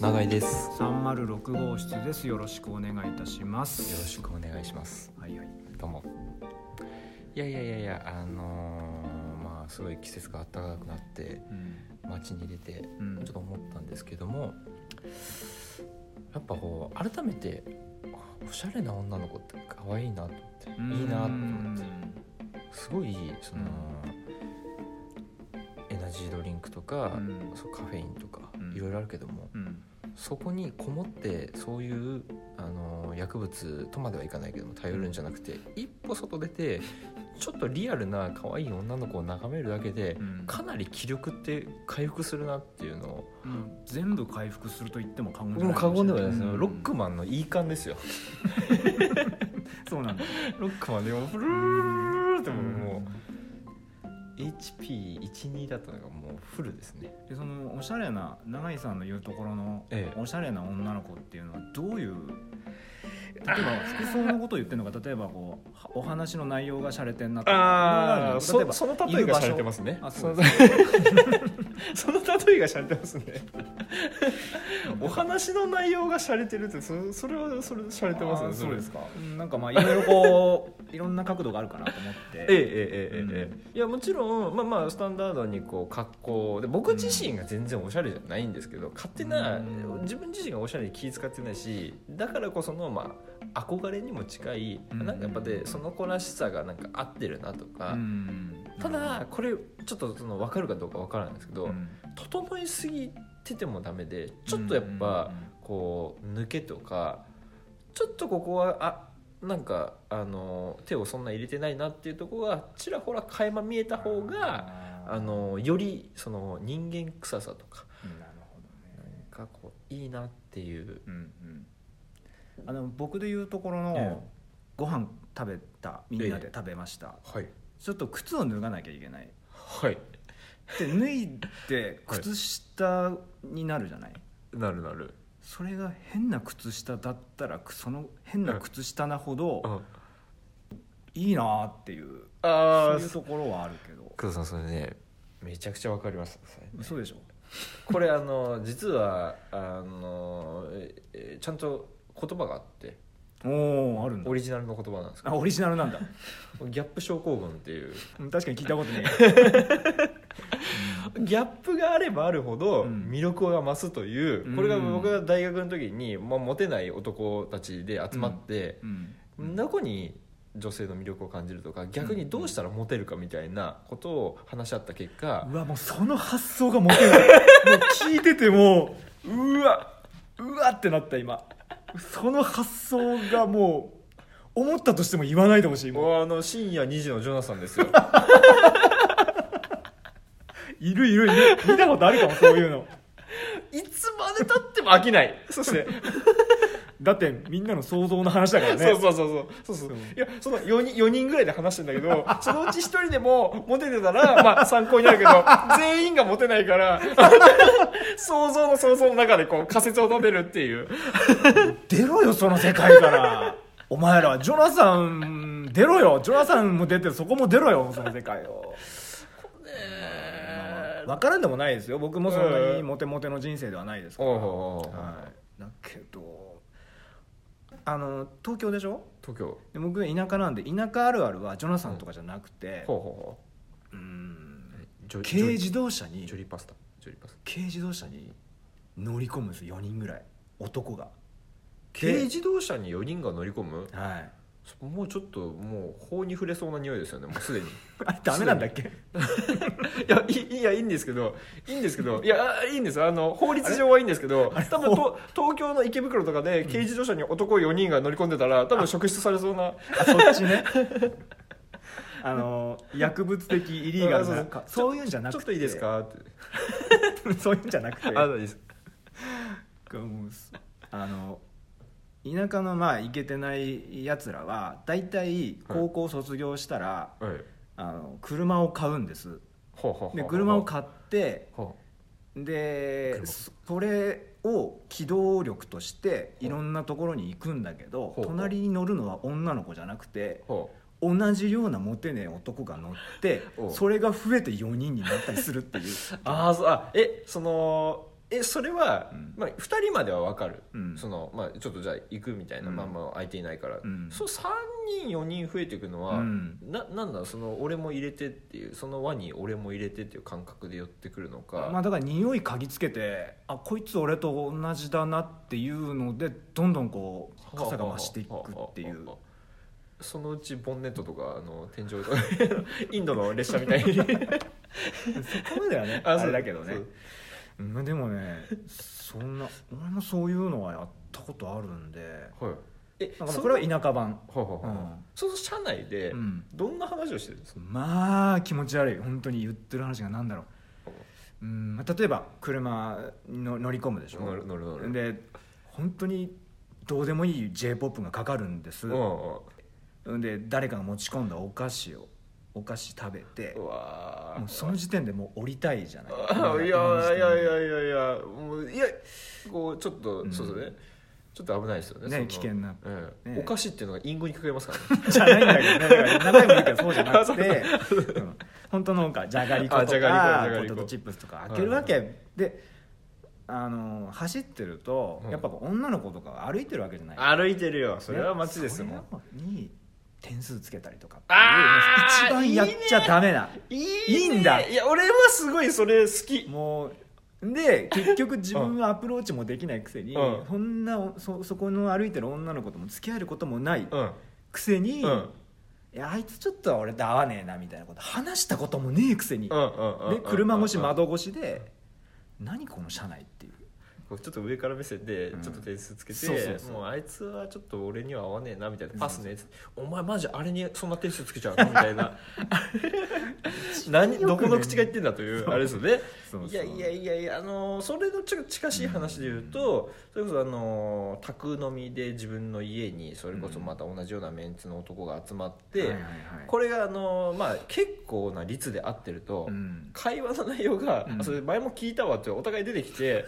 長井ですよ306号室ですよろしくお願いいたしますろしくお願いしますはいはいどうもいやいやいやいやあのーまあすごい季節が暖かくなってうん街に出てうんちょっと思ったんですけどもやっぱこう改めてあおしゃれな女の子って可愛いなと思っていいなと思ってすごいその、エナジードリンクとか、うんそうカフェインとかうんいろいろあるけども、うんそこにこもってそういうあの薬物とまではいかないけども頼るんじゃなくて一歩外出てちょっとリアルな可愛い女の子を眺めるだけでうんかなり気力って回復するなっていうのをうん全部回復すると言っても過言もう過言ではないですね、うんロックマンのいい感ですよそうなんだ ロックマンでもうフルーってもうもう HP12 だったのがもうフルですねでそのおしゃれな永井さんの言うところのええおしゃれな女の子っていうのはどういう例えば服装のことを言ってるのか例えばこうはお話の内容がしゃれてんなとかあどうあなるのそその例えがされてますねあそそうのでその例えがされてますねお話の内容がされてるってそそれはそれされてますあねーれそうですかうんなんかまあいろいろこういろんな角度があるかなと思っえてえええええええいやもちろんまあまあスタンダードにこう格好で僕自身が全然おしゃれじゃないんですけど勝手なうん自分自身がおしゃれに気使ってないしだからこそのまあ憧れにも近いうんなんかやっぱでその子らしさがなんか合ってるなとかうんただこれちょっとその分かるかどうか分からないんですけど、うん整いすぎててもダメでちょっとやっぱこう抜けとかちょっとここはあなんかあの手をそんな入れてないなっていうところがちらほら垣間見えた方があのよりその人間臭さとかうんなるほどねがこういいなっていううんうんあの僕で言うところえのえご飯食べたみんなで食べましたはいちょっと靴を脱がなきゃいけないはいで脱いで靴下になるじゃない、なるなるそれが変な靴下だったらその変な靴下なほどあいいなーっていうそあういうところはあるけど工藤さんそれねめちゃくちゃわかりますそれそうでしょこれあの実はあのええちゃんと言葉があっておおあるんだオリジナルの言葉なんですけあオリジナル なんだどギャップ症候群っていううん確かに聞いたことねギャップがあればあるほどうん魅力が増すという、うんこれが僕が大学の時に、まあ、モテない男たちで集まってえ、う、んどこに女性の魅力を感じるとか逆にどうしたらモテるかみたいなことを話し合った結果、うわもうその発想がモテないもう聞いててもううわうわってなった今その発想がもう思ったとしても言わないでほしいもうもうあの深夜2時のジョナサ ンですよいるいるいる見たことあるかもそういう のいつまでたっても飽きないそしてだってみんなの想像の話だからねそうそうそうそうそうそううんいやその4人 ,4 人ぐらいで話してんだけど そのうち1人でもモテてたら、まあ、参考になるけど 全員がモテないから 想像の想像の中でこう仮説を立てるっていう出ろよその世界からお前らジョナサン出ろよジョナサンも出てそこも出ろよその世界を分からんでもないですよ僕もそんなにモテモテの人生ではないですから、おうおうおうはい、だけどあの東京でしょ東京で僕田舎なんで田舎あるあるはジョナサンとかじゃなくて、ほうほうーんうほう軽自動車にジョリパスタジョリパスタ軽自動車に乗り込むんです4人ぐらい男が軽自動車に4人が乗り込むはいもうちょっともう法に触れそうな匂いですよねもうすでにあれダメなんだっけいやいいいやいいんですけどいいんですけどいやあいいんですあの法律上はいいんです けど多分と東京の池袋とかで軽自動車に男4人が乗り込んでたら多分職質されそうなあそっちねあの薬物的イリーガルなかあそそううそういうんじゃなくちてょっといい ですかってそういうんじゃなくてあいいですもうすあの田舎のまあ行けてないやつらは大体高校卒業したら、はいあの車を買うんですほうほうほうで車を買ってほで車それを機動力としていろんなところに行くんだけどほう隣に乗るのは女の子じゃなくてうほ同じようなモテねえ男が乗っておう それが増えて4人になったりするっていううあーそうあえそのえそれは、うんまあ、2人までは分かる、うんそのまあ、ちょっとじゃあ行くみたいな、うんまあまあ空いていないから、うんそう3人4人増えていくのは、うんななんだろうその俺も入れてっていうその輪に俺も入れてっていう感覚で寄ってくるのか、まあ、だから匂い嗅ぎつけてあこいつ俺と同じだなっていうのでどんどんこう傘が増していくっていうそのうちボンネットとかあの天井と かインドの列車みたいにそこまではねああそうれだけどねそうまあでもねそんな俺もそういうのはやったことあるんではいえなんかこれはそ田舎版のはいはいはいうんその車内でうんどんな話をしてるんですか、まあ気持ち悪い本当に言ってる話が何だろううん、まあ、例えば車の乗り込むでしょ乗る乗る乗るで本当にどうでもいい j p o p がかかるんです、うんうんで誰かが持ち込んだお菓子をお菓子食べてうわーもうその時点でもう降りたいじゃないあ いやいやいやいやいやもういやこうちょっと、うんそうですねちょっと危ないですよねねその危険なええねお菓子っていうのが隠語にかけますからねじゃないんだけどねだから名前もいいけどそうじゃなく て、うん本当のなんかじゃがりことあかじゃがりこじゃがりこポテトチップスとか開けるわけ、であの走ってると、うんやっぱこう女の子とかが歩いてるわけじゃない歩いてるよそれは街ですもん、ねそれなのに点数つけたりとかってあーいうもう一番やっちゃダメないいいいんだいや俺はすごいそれ好きもうで結局自分はアプローチもできないくせに、うんそんなそそこの歩いてる女の子とも付き合えることもないうんくせに、うんうんいやあいつちょっと俺と合わねえなみたいなこと話したこともねえくせに、うんうんで車越し窓窓越しで、何この車内っていうこうちょっと上から目線でうんちょっと点数つけて、そうそうそうもうあいつはちょっと俺には合わねえなみたいなパスねっつってお前マジあれにそんな点数つけちゃうのみた いな何どこの口が言ってんだというあれですよねそうそういやいやいやいやあのーそれのちょ近しい話で言うと、それこそあのー宅飲みで自分の家にそれこそまた同じようなメンツの男が集まって、はいはいはいこれがあのーまあ結構な率で合ってると、うん会話の内容が、うんあそれ前も聞いたわってお互い出て きて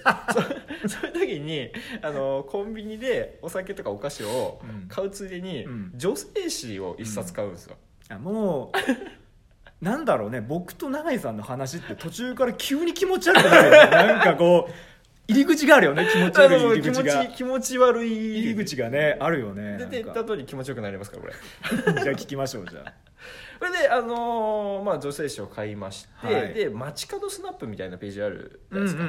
そそういう時にあのコンビニでお酒とかお菓子をうん買うついでに、うん女性誌を一冊買うんですよ、あもうなんだろうね僕と永井さんの話って途中から急に気持ち悪くなるよねなんかこう入り口があるよね気持ちあ悪いの入り気口持がち気持ち悪い入り口がねあるよね出て行なっんか た後に気持ちよくなりますからこれじゃあ聞きましょうじゃあそれであのーまあ女性誌を買いまして、はいで街角スナップみたいなページあるじゃないですか、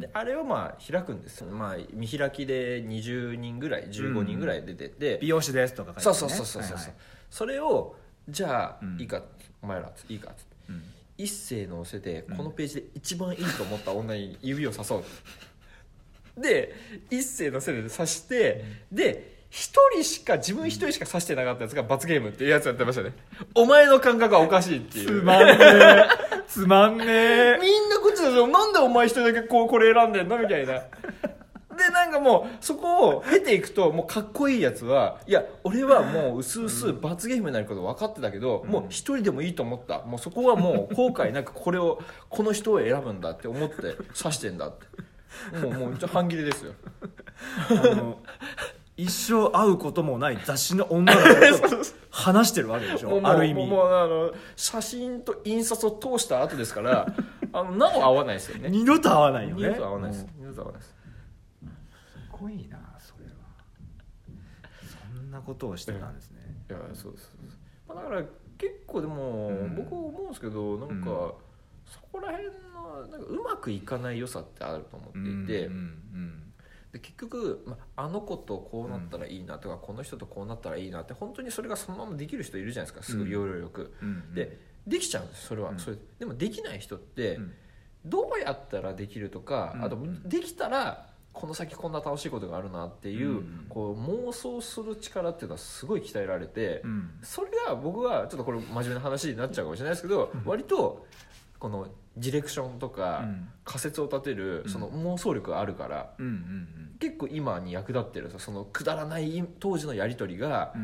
であれをまあ開くんですよ、まあ、見開きで20人ぐらい15人ぐらい出てて、美容師ですとかそ書ういてそねうそうそうそう、はいはいそれをじゃあ、うんいいかお前らいいかっつってうん一斉のせてうんこのページで一番いいと思った女に指をさそ う、で一斉のせで刺して、で一人しか自分一人しか刺してなかったやつが罰ゲームっていうやつやってましたねお前の感覚はおかしいっていつうまんねえつまんねえみんなこっちだよなんでお前一人だけこうこれ選んでんのみたいなでなんかもうそこを経ていくともうかっこいいやつはいや俺はもう薄々罰ゲームになること分かってたけど、もう一人でもいいと思ったもうそこはもう後悔なくこれをこの人を選ぶんだって思って指してんだってもうもうちょ半切れですよあの一生会うこともない雑誌の女 の子と話してるわけでしもうょある意も味うもうあの写真と印刷を通した後ですからあのなお合わないですよね二度と会わないよ二ね度と合わないです二度と合わないですすごいなそれはそんなことをしてたんですね、いやそうですそうです、まあ、だから結構でも、うん僕は思うんですけどなんか、うんそこら辺のなんかうまくいかない良さってあると思っていて、で結局、まあ、あの子とこうなったらいいなとか、この人とこうなったらいいなって本当にそれがそのままできる人いるじゃないですかすうぐん要領よく、でできちゃうんですそれは、うんそれでもできない人って、うんどうやったらできるとか、うんあとできたらこの先こんな楽しいことがあるなっていう,、うんこう妄想する力っていうのはすごい鍛えられて、それが僕はちょっとこれ真面目な話になっちゃうかもしれないですけど割とこのディレクションとか仮説を立てるうんその妄想力があるから結構今に役立ってるそのくだらない当時のやり取りが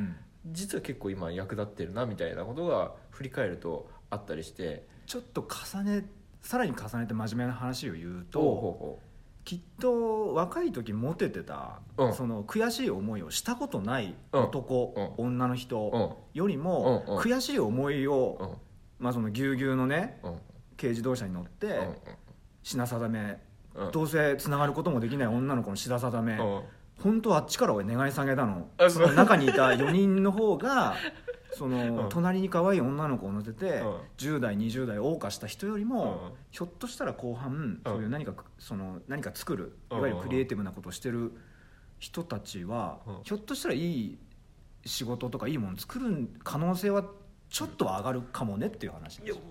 実は結構今役立ってるなみたいなことが振り返るとあったりしてちょっと重ねさらに重ねて真面目な話を言うとほうほきっと若い時モテてた、うんその悔しい思いをしたことない男、女のうほ人よりも、うんうん悔しい思いううを、んまあ、そのぎゅうぎゅうのねうんうん軽自動車に乗って、うん品定めうんどうせつながることもできない女の子のしださだめ、うん本当はあっちから俺願い下げたのあそそうの中にいた4人の方 がその、うん隣に可愛い女の子を乗せて、うん10代20代謳歌した人よりも、うんひょっとしたら後半、そういう何かその何か作るいうんわゆるクリエイティブなことをしてる人たちは、うんひょっとしたらいい仕事とかいいもの作る可能性はちょっとは上がるかもねっていう話いやもう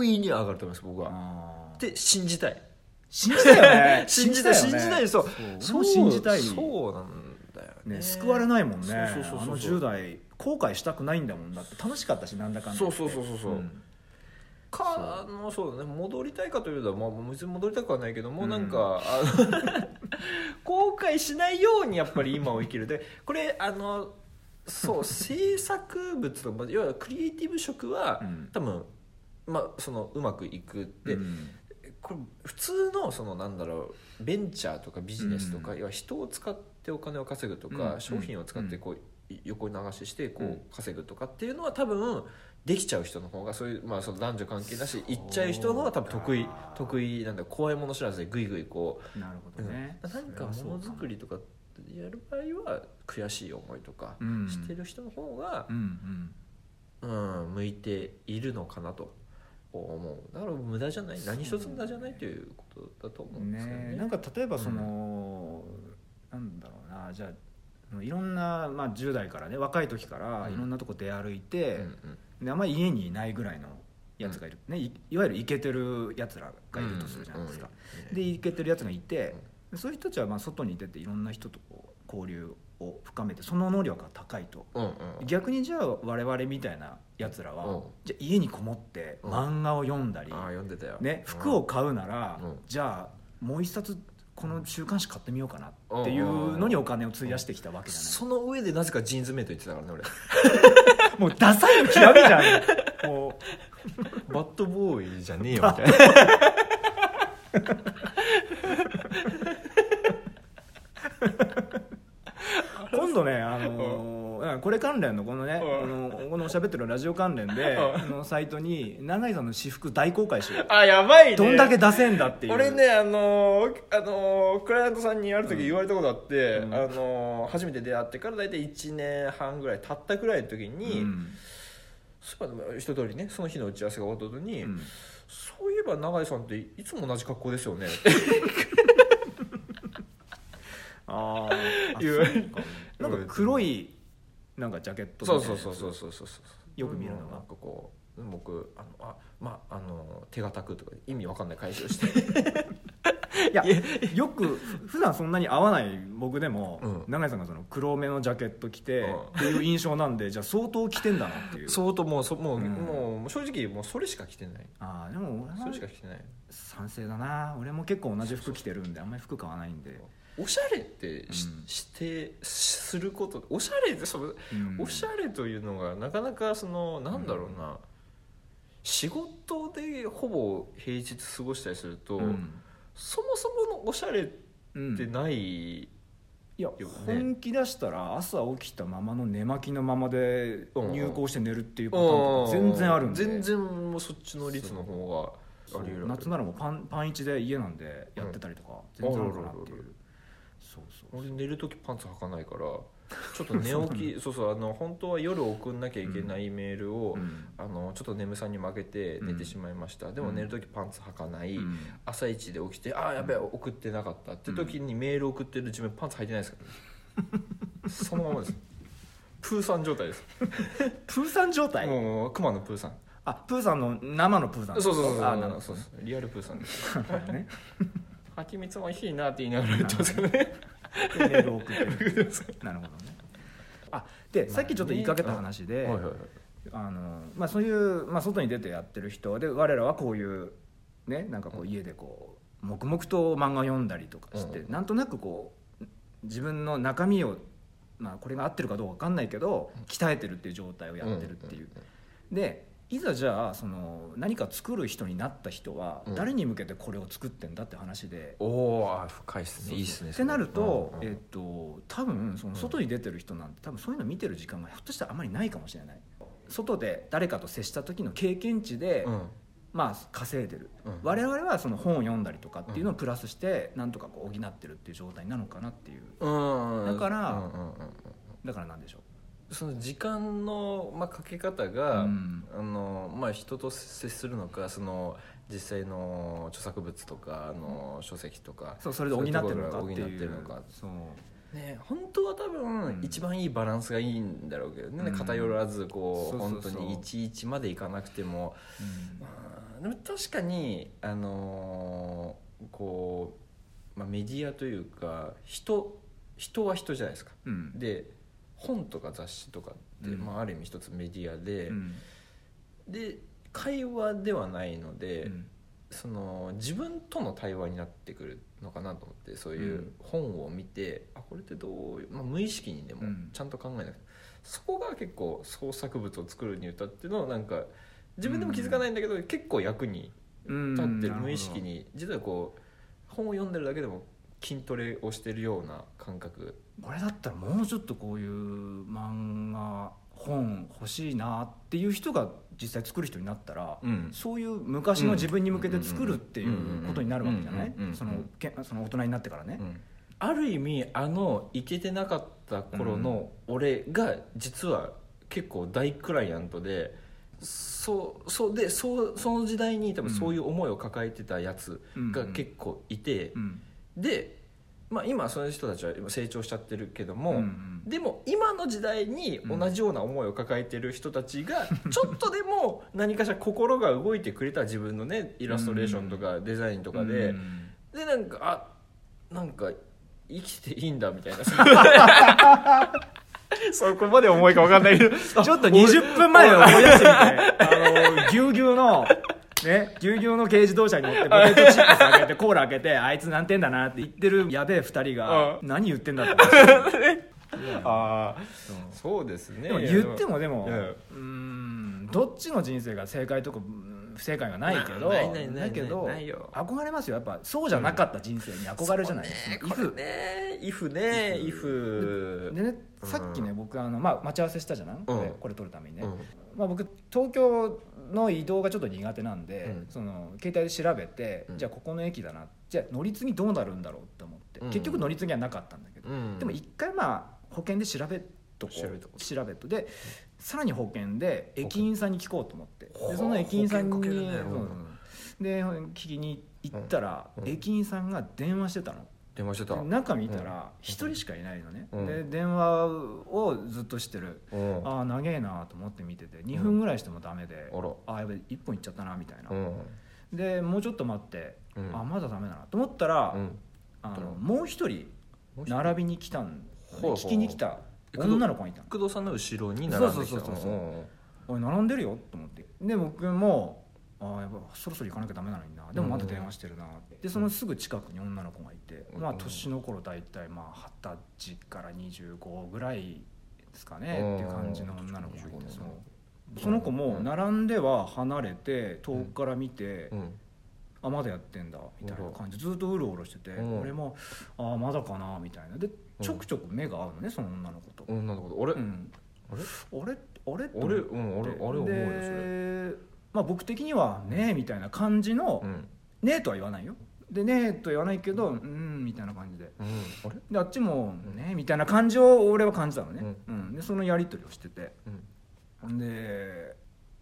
大いに上がると思います僕はあーって信じたい信じたよね 信じたい信じたいそうそう俺も信じたいそうなんだよねね、救われないもんねそうそうそうそうあの10代後悔したくないんだもんだって楽しかったしなんだかんだ言ってそうそうそうそうそうんかあのそうだね戻りたいかというとまあ別に戻りたくはないけどもうなんか、あの 後悔しないようにやっぱり今を生きるでこれあの そう制作物とか要はクリエイティブ職は、うん多分まあそのうまくいくで、うんこれ普通のそのなんだろうベンチャーとかビジネスとか、うん要は人を使ってお金を稼ぐとか、うん商品を使ってこう、い横流ししてこうんう稼ぐとかっていうのは多分できちゃう人の方がそういう、まあ、その男女関係なそしう行っちゃう人の方が多分得意か得意なんだよ怖いもの知らずでグイグイこなるほう、どね、うんなんかものづくりとかやる場合は悔しい思いとかうんしてる人の方がう、んうんうん、向いているのかなと思うだから無駄じゃない何一つ無駄じゃないということだと思うんですけどねねなんか例えばその、なんだろうなじゃああのいろんな、まあ、10代からね若い時からうんいろんなとこ出歩いうて、んであんまり家にいないぐらいのやつがいる、ね、いいわゆるイケてるやつらがいるとするじゃないですか、うんでイケてるやつがいて、そういう人たちはまあ外に出ていろんな人とこう交流を深めてその能力が高いとうんうん逆にじゃあ我々みたいなやつらは、うんじゃあ家にこもってうん漫画を読んだり、ああ読んでたよね、服を買うなら、うんじゃあもう一冊この週刊誌買ってみようかなっていうのにお金を費やしてきたわけじゃない、その上でなぜかジーンズメイト言ってたからね俺 もうダサいの極みじゃんもバッドボーイじゃねえよみたいなう今度ね、あのーうんこれ関連のこのね、うんあのこの喋ってるラジオ関連で、うんあのサイトに永井さんの私服大公開しようあやばいねどんだけ出せんだっていう俺ねあのーあのークライアントさんにある時言われたことあって、うんあのー初めて出会ってから大体1年半ぐらい経ったぐらいの時に、うんそういえば一通りねその日の打ち合わせが終わった後に、うんそういえば永井さんっていつも同じ格好ですよねあーあ言われそうかなんか黒いなんかジャケットみた そいうなそうそうそうそうそうそうよく見るのがなんかこう僕あのあまああの手堅くとか意味わかんない解消してい やよく普段そんなに合わない僕でも、うん永井さんがその黒目のジャケット着て、うんっていう印象なんでじゃあ相当着てんだなっていう相当もうそもう,、うんもう正直もうそれしか着てないああでも俺それはしか着てない賛成だな俺も結構同じ服着てるんであんまり服買わないんで、おしゃれってし,、うんしてしすることおしゃれってそのうんおしゃれというのがなかなかそのなんだろうな、仕事でほぼ平日過ごしたりすると、うんそもそものおしゃれっうんてない、いや、ね本気出したら朝起きたままの寝巻きのままでうん入校して寝るっていうパターンとか全然あるんで全然もうそっちの率の方があり得る夏ならもうパンパン一で家なんでやってたりとか全然あるかなっていあるあるあうるそうそう俺寝る時パンツ履かないからちょっと寝起 きそうそうあの本当は夜送んなきゃいけないメールを、うんあのちょっと眠さに負けて寝てしまいました、でも寝る時パンツ履かない、うん朝一で起きてああやべえ送ってなかったって時にメール送ってる自分パンツ履いてないで すから、ね、そのままですプーさん状態です、プーさん状態もう熊のプーさんあプーさんの生のプーさんそうそうそうそうあなるほそうそうリアルプーさんですどね蜂蜜美味しいなって言いながら言ってますけどね メールを送ってるなるほどねあでさっきちょっと言いかけた話で、はいはいはいあのまあ、そういう、まあ、外に出てやってる人で我らはこういうねなんかこう家でこう黙々と漫画読んだりとかして、うなんとなくこう自分の中身を、まあ、これが合ってるかどうか分かんないけど鍛えてるっていう状態をやってるっていう。でいざじゃあその何か作る人になった人はうん誰に向けてこれを作ってんだって話で、おおー深いっすねいいっすねってなると、うんうえんっと、多分その外に出てる人なんて多分そういうの見てる時間がひょっとしたらあまりないかもしれない外で誰かと接した時の経験値で、うんまあ、稼いでる、うん我々はその本を読んだりとかっていうのをプラスしてなんとかこう補ってるっていう状態なのかなっていううんだからうんうんうんうんだからなんでしょその時間の、まあ、かけ方う、が、うんあのまあ、人と接するのかその実際の著作物とかあの書籍とか、そうそれで補ってるのかってそういういうところが補ってるのかそうね、本当は多うん分一番いいバランスがいいんだろうけどね、うん偏らずこうそうそうそう本当にいちいちまでいかなくてもうんうんでも確かに、あのーこうまあ、メディアというか人人は人じゃないですか。うんで本とか雑誌とかって、うんまあ、ある意味一つメディアで、うんで会話ではないので、うんその自分との対話になってくるのかなと思ってそういううん本を見て、あこれってどういう、まあ、無意識にでもうんちゃんと考えなくて、そこが結構創作物を作るに歌っていうのをなんか自分でも気づかないんだけど、結構役にうん立ってなるほど無意識に実はこう本を読んでるだけでも筋トレをしてるような感覚これだったらもうちょっとこういう漫画本欲しいなっていう人が実際作る人になったら、うんそういう昔の自分に向けて作るっていうんうことになるわけじゃなういんうんうんうんそのけその大人になってからね、ある意味あのイケてなかった頃の俺が実は結構大クライアントでそうそうでそうその時代に多分そういう思いを抱えてたやつが結構いて、うんで、まあ、今そういう人たちは今成長しちゃってるけども、うんでも今の時代に同じような思いを抱えてる人たちが ちょっとでも何かしら心が動いてくれた自分のねイラストレーションとかデザインとかで。うんでなんかあなんか生きていいんだみたいな そこまで重いか分かんないけどちょっと20分前を思い出してみて、あの、ぎゅうぎゅうの、ね、ぎゅうぎゅうの軽自動車に乗ってポテトチップス開けて、コーラ開けて、あいつ何点だなって言ってるやべえ二人が、う何言ってんだって話してる。ああそうですねでも言ってもでも、いうやーん、どっちの人生が正解とか、うん不正解がないけど、ないないないないだけどないよ、憧れますよ。やっぱ、そうじゃなかった人生に憧れるじゃないですねか。これねイフねイフでね、さっきね、僕あの、まあ、待ち合わせしたじゃない、これうんこれ撮るためにね、うんまあ、僕東京の移動がちょっと苦手なんで、うんその携帯で調べて、うんじゃあここの駅だなじゃあ乗り継ぎどうなるんだろうって思って、うん結局乗り継ぎはなかったんだけど、うんでも一回まあ保険で調べとこう調べとこう調べとでさらに保険で駅員さんに聞こうと思ってほうでその駅員さん保に、険かけるねそうで聞きに行ったら、うんうん駅員さんが電話してたの。電話してたでうん中見たら一人しかいないのね、うんで電話をずっとしてる、あああ長えなと思って見てて2分ぐらいしてもダメで、らああやべ1本いっちゃったなみたいな、うんでもうちょっと待って、うんあまだダメだなと思ったら、うんあのもう一人もう一人並びに来たんほうほう聞きに来た女の子がいたの工藤さんの後ろに並んできたそうそうそうそううんおい並んでるよと思ってで僕もああやっぱそろそろ行かなきゃダメなのになでもまた電話してるなってでそのすぐ近くに女の子がいて、うんまあ年の頃大体まあ二十歳から25ぐらいですかね、うんっていう感じの女の子がいて、うんそうその子も並んでは離れて遠くから見て、うんあまだやってんだみたいな感じずっとうろうろしてて、うん俺もああまだかなみたいなでちょくちょく目が合うのねその女の子と、女の子あれうん、あれあれあれ俺うん俺あれ思うよそれでまあ、僕的には「ねえ」みたいな感じのうん「ねえ」とは言わないよで「ねえ」とは言わないけど「うん」みたいな感じでうんあれであっちも「ねえ」みたいな感じを俺は感じたのね、うんでそのやり取りをしててうんで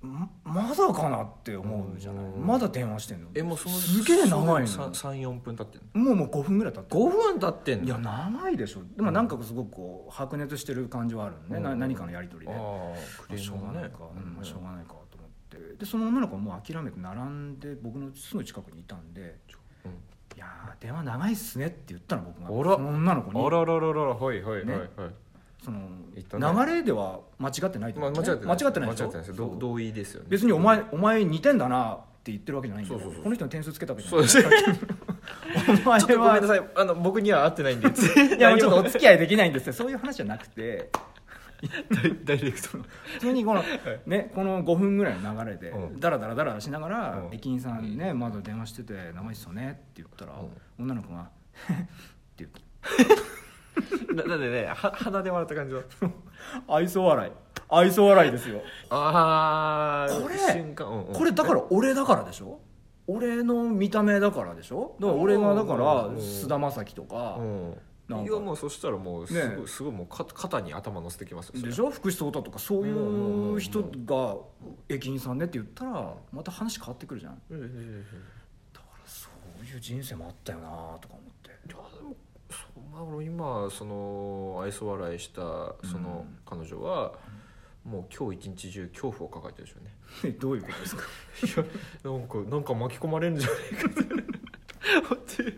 んまだかなって思うじゃない、うんまだ電話してんのえもうそのすげえ長いの三三四分経ってんのもうもう5分ぐらい経って5分経ってんのいや長いでしょでもなんかすごくこう白熱してる感じはあるのね、なうん何かのやり取りでああクレしーょうムががなねいか、うんしょうがないかと思ってでその女の子はもう諦めて並んで僕のすぐ近くにいたんでうん「いやー電話長いっすね」って言ったの僕があらその女の子あにらららららはいはいはいねはいその、言ったね流れでは間違ってないとま思あう間違ってな間い違ってないでし間ょ違ってないですそよどう同意ですよね別にお前「お前2点だな」って言ってるわけじゃないんだよそうそうそうこの人に点数つけたわけじゃそなういですね お前ちょっとごめんなはさいあの僕には合ってないんで いやもうちょっとお何も付き合いできないんです ってそういう話じゃなくてダイレクトの普通にこの,、ね、この5分ぐらいの流れでうんダラダラダラしながらうん駅員さんにね窓電 話してて「生いっすよね」って言ったらう女の子が「って言ってななんでねは鼻で笑った感じの愛想笑い愛想笑いですよあーこれ瞬間、うんう んこれだから俺だからでしょ俺の見た目だからでしょだから俺がだからうん菅田将暉とかうなんん、かいやもうそしたらもうすごい、ねえすごいもうか肩に頭乗せてきますよそれでしょ福士蒼汰とかそういんうんうんううん人が駅員さんねって言ったらまた話変わってくるじゃんうんうんうんだからそういう人生もあったよなとか思っていやでもそうまあ俺今その愛想笑いしたそのうん彼女は、もう今日一日中恐怖を抱えてるでしょうねえ どういうことですかいやなんかなんか巻き込まれるんじゃないかって思っ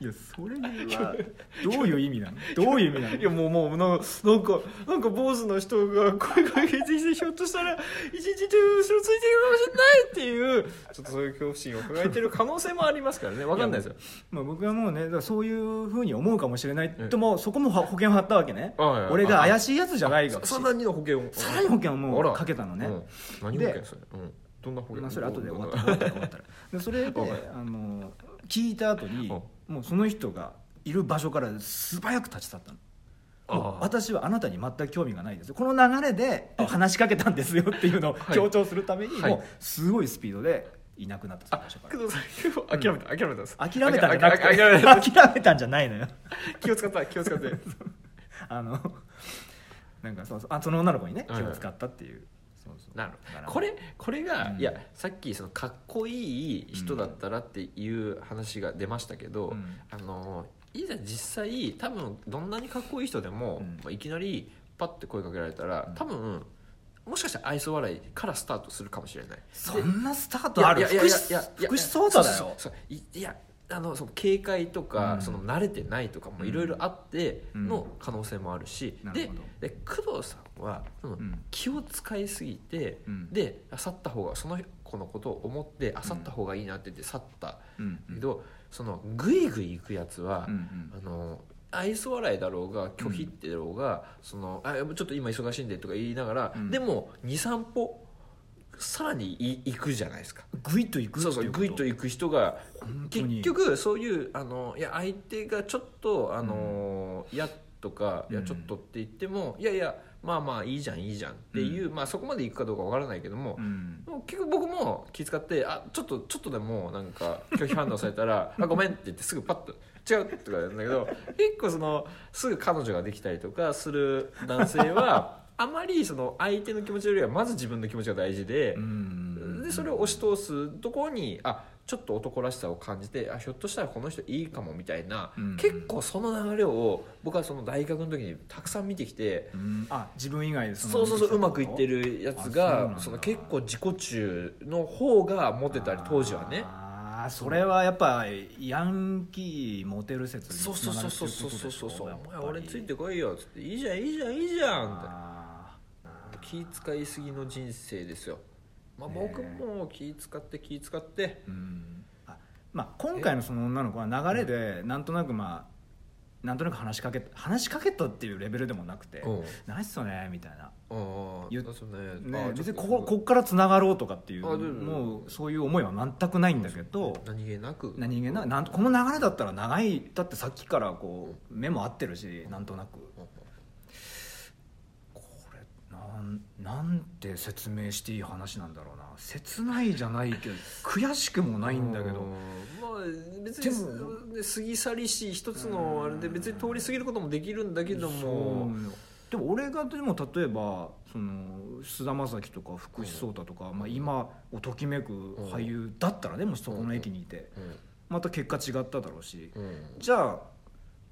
いやそれはどういう意味なの どういう意味なのていやもうもうなんかなんかなんか坊主の人が声かけてきてひょっとしたら一日中後ろついているかもしれないっていうちょっとそういう恐怖心を抱えてる可能性もありますからねわかんないですよまあ、僕はもうねだからそういうふうに思うかもしれないともそこも保険を張ったわけねはいはい俺が怪しいやつじゃないがささらにの保険をらに保険をもあらうかけたのね、うん何保険それ、うん、どんな保険、まあ、それ後で終わったうんら終わったら終わったらでそれではいあの聞いた後にもうその人がいる場所から素早く立ち去ったのああもう私はあなたに全く興味がないですこの流れで話しかけたんですよっていうのをはい強調するためにはいもうすごいスピードでいなくなったその場所から工藤さん諦めた、諦めたんです諦めたんじゃなくああ諦 めたて諦めたんじゃないのよ気を使った気を使って あのなんかそうそうあその女の子にねうん気を使ったっていうそうそうなるだからこれこれが、うんいやさっきそのかっこいい人だったらっていう話が出ましたけど、うんあのいざ実際多分どんなにかっこいい人でも、うんまあいきなりパッて声かけられたら、うん多分もしかしたら愛想笑いからスタートするかもしれないそんなスタートある福士福士そ蒼う汰だよそうそういいやあのその警戒とか、うんその慣れてないとかもいろいろあってうんの可能性もあるし、なるでほどで工藤さんはそのうん気を使いすぎて、うんであ去った方がその子のことを思ってあ去った方がいいなって言って去ったうんけど、そのグイグイ行くやつは、うんうんあの愛想笑いだろうが拒否ってだろうが、そのあちょっと今忙しいんでとか言いながら、うんでも23歩さらにい行くじゃないですか。グイッといくそうそうグイッと行く人が本当結に局そういうあのいや相手がちょっとあの、いやとかいやうんちょっとって言っても、いやいやまあまあいいじゃんいいじゃんっていう、まあそこまで行くかどうかわからないけどもう、んもう結局僕も気遣ってあちょっとちょっとでもなんか拒否反応された ら「あごめん」って言ってすぐパッと「違う」とかやるんだけど結構そのすぐ彼女ができたりとかする男 性はあまりその相手の気持ちよりはまず自分の気持ちが大事でう。んでそれを押し通すところにあちょっと男らしさを感じてあひょっとしたらこの人いいかもみたいな、うん結構その流れを僕はその大学の時にたくさん見てきて、うんあ自分以外でそうそうそううまくいってるるやつあそうなんがだその結構自己中の方がモテたり当時はねああそれはやっぱヤンキーモテる説にそうそうそうそうそうそうそうそうお前俺ついるてこいよっつっていいじゃんいいじゃんいいじゃんみたいなあ気使いすぎの人生ですよ、まあ、ね僕も気使って気使ってーうんあまあ今回のその女の子は流れでなんとなくまあなんとなく話しかけ話しかけたっていうレベルでもなくてうん「ナイスっすよね」みたいなああ言っそうねあねあ別にちこょっとここっからつながろうとかっていうあでももうそういう思いは全くないんだけど何気なく何気ななんこの流れだったら長いだってさっきからこう目も合ってるしなんとなくこれなんなんて説明していい話なんだろうな切ないじゃないけど悔しくもないんだけうんどまあ別でにもね過ぎ去りし一つのあれで別に通り過ぎることもできるんだけどもそうでも俺がでも例えばその菅田将暉とか福士蒼汰とか、まあ、今をときめく俳優だったらねもしそこの駅にいてまた結果違っただろうしうんじゃあ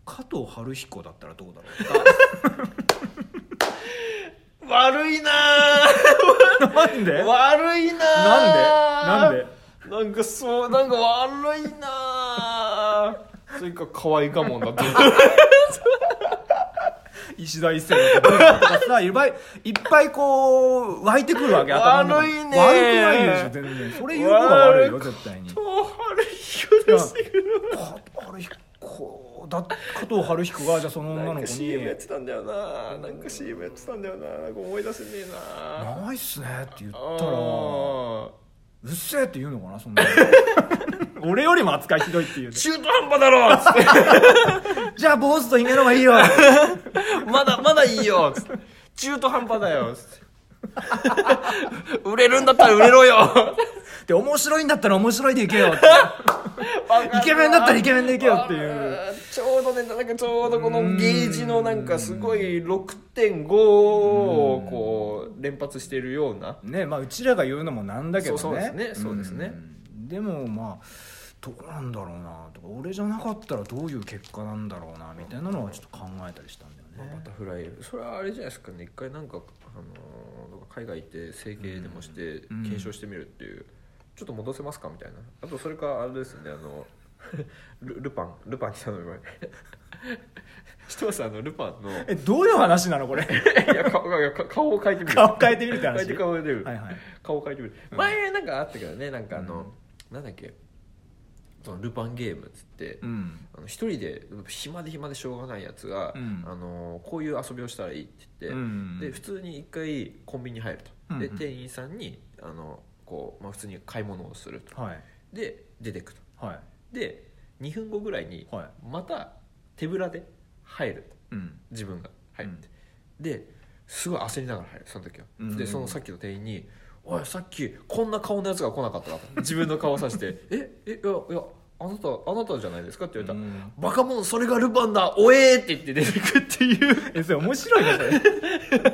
加藤晴彦だったらどうだろう悪いな なんでー悪いなーなんでなんでなんかそうなんか悪いなーそれか可愛いかもんだって石田一世のこととかさいっぱいいっぱいこう湧いてくるわけ頭の中に悪いね悪くないでしょ全然それ言うのが悪いよ絶対に加藤春彦ですけ加藤春彦だ加藤春彦がじゃあそのど女なんのか子 CM にやってたんだよななんか CM やってたんだよななんか思い出せね「えなないっすね」って言ったら「うああっせえ」って言うのかなそんなの 俺よりも扱いひどいっていうね、中途半端だろつって じゃあ坊主とひげの方がいい よまだまだいいよつって中途半端だよつって 売れるんだったら売れろよで面白いんだったら面白いでいけよってイケメンだったらイケメンでいけよっていうあーちょうどねなんかちょうどこのゲージのなんかすごい6.5をこう連発してるような ねまあうちらが言うのもなんだけどねそうそうですねそうですねうんでもまあどうなんだろうなとか俺じゃなかったらどういう結果なんだろうなみたいなのはちょっと考えたりしたんだまよあねバタフライそれはあれじゃないですかね一回なんか、あのーなんか海外行って整形でもしてうん検証してみるっていう、ちょっと戻せますかみたいなあとそれかあれですねあの ルルパンルパンに頼 む前知ってますあのルパンのえどういう話なの これいや顔が顔を変えてみる顔変えてみるって変えて話顔を変えてみるはいはい顔を変えてみる、前なんかあったけどねなんかあの、なんだっけそのルパンゲームっつって、うんあの一人で暇で暇でしょうがないやつが、うんあのこういう遊びをしたらいいって言って、うんで普通に一回コンビニ入ると、うんうでん店員さんにあのこう、まあ、普通に買い物をするとはいで出てくとはいで2分後ぐらいにはいまた手ぶらで入るうん自分が入って、ですごい焦りながら入るその時は、うんでそのさっきの店員に「おいさっきこんな顔のやつが来なかったな」と自分の顔させて「ええいやいやあなたあなたじゃないですか」って言われたらうん バカ者それがルパンだおえーって言って出てくっていうえそれ面白いね それ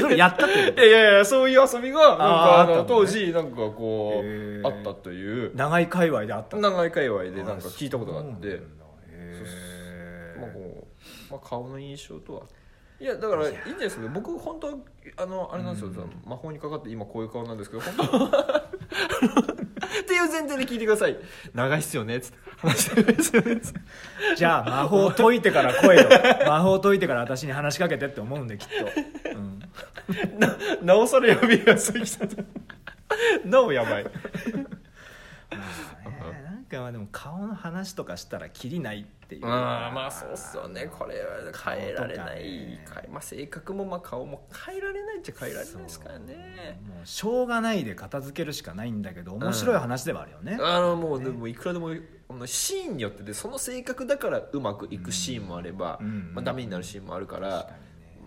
それやったってこといやいやいやそういう遊びがなんかあーあのあったのね当時なんかこへうーあったという長い界隈であったの長い界隈でなんか聞いたことがあってそうなんだへーまあこうまあ、顔の印象とはいやだからいいんじゃないですか僕本当はあのあれなんですよ、その魔法にかかって今こういう顔なんですけ ど本当はっていう前提で聞いてください長いっすよねっつって話してるんですよねっつってじゃあ魔法解いてから来い よ魔法解いてから私に話しかけてって思うんできっと、うん、ななおさら呼びが過ぎたとなおやばいえーなんかまあでも顔の話とかしたらキリないっていうあーまあそうっすよねこれは変えられ顔とない、かね変えまあ、性格もまあ顔も変えられないっちゃ変えられないですからねもうしょうがないで片付けるしかないんだけど面白い話ではあるよね、あのもうでもいくらでもあのシーンによってでその性格だからうまくいくシーンもあれば、うんまあ、ダメになるシーンもあるから、確かにね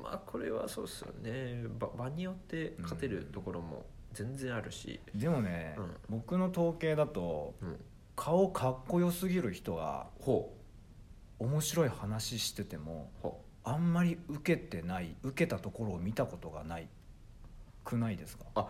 まあこれはそうっすよね場場によって勝てるところも全然あるし、でもね、うん僕の統計だとうん、顔かっこよすぎる人がほ面白い話しててもうほあんまり受けてない受けたところを見たことがないくないですかうあ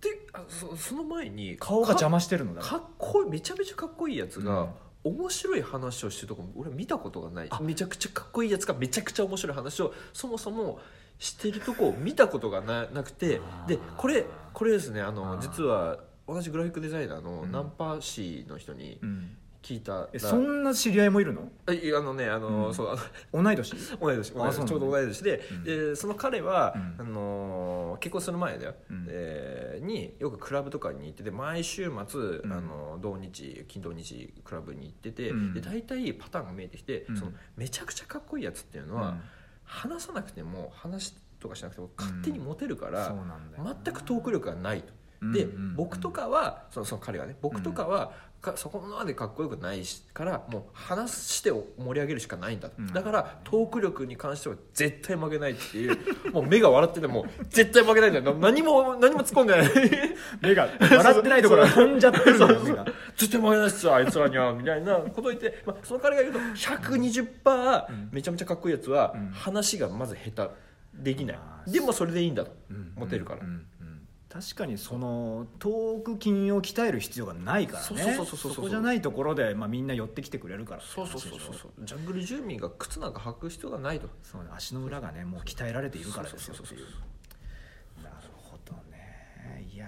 であそその前に顔が邪魔してるのだかっこいいめちゃめちゃかっこいいやつが、面白い話をしてるとこも俺見たことがないあめちゃくちゃかっこいいやつがめちゃくちゃ面白い話をそもそもしてるとこを見たことがななくてあーでこれこれですねあのあー実は同じグラフィックデザイナーのうんナンパ氏の人にうん、聞いたら、えそんな知り合いもいるのあいやあのねあの、うんそうあの同い年同い年同いあそうな年んだちょうど同い年で、うんでその彼は、うんあのー結婚する前だよ、うんえーによくクラブとかに行ってて毎週末、んあの同日金土日クラブに行ってて、うんで大体パターンが見えてきて、うんそのめちゃくちゃかっこいいやつっていうのは、話さなくても話とかしなくても勝手にモテるかうんらそう、なんだよ全くトーク力がないと。で、うんうんうん僕とかはそのその彼はね僕とかは、かそこまでかっこよくないしからもう話してを盛り上げるしかないんだと、うんだからトーク力に関しては絶対負けないっていう もう目が笑ってても絶対負けないんだよな何も何も突っ込んでない 目が笑ってないところが飛んじゃってるのよ目が絶対負けないっすよあいつらにはみたいなこと言って、まあ、その彼が言うと120%、めちゃめちゃかっこいいやつは、うん話がまず下手できないあーでもそれでいいんだと、うんモテるからう。んうん確かにそのトーク筋を鍛える必要がないからそうねそうそうそうそうこじゃないところで、まあ、みんな寄ってきてくれるからそうそうそうそうそうそうジャングル住民が靴なんか履く必要がないとそう足の裏がねもう鍛えられているからですよそうってそういそううなるほどねいや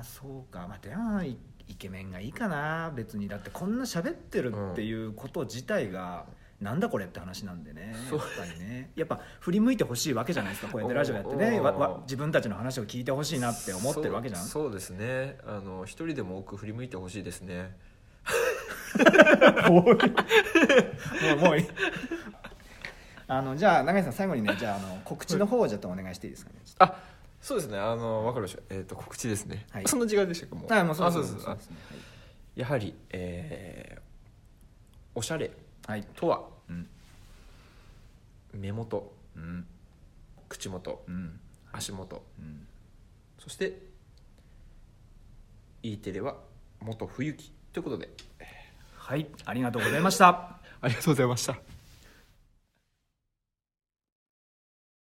ーそうかまあでもイイケメンがいいかな別にだってこんな喋ってるっていうこと自体が、なんだこれって話なんでねやそうっぱりねやっぱ振り向いてほしいわけじゃないですかこうやってラジオやってねおーわわ自分たちの話を聞いてほしいなって思ってるわけじゃんそうそうですねあの一人でも多く振り向いてほしいですねもうもういい あのじゃあ永井さん最後にねじゃああの告知の方をちょっとお願いしていいですかねあそうですねあの分かるでしょ、えー、と告知ですね、はいそんな時間でしたかもあもうそうあそそううそうですそうですねやはり、えーおしゃれはい、はいとはうん目元うん口元うん足元うんそして E テレは元冬木ということではいありがとうございましたありがとうございました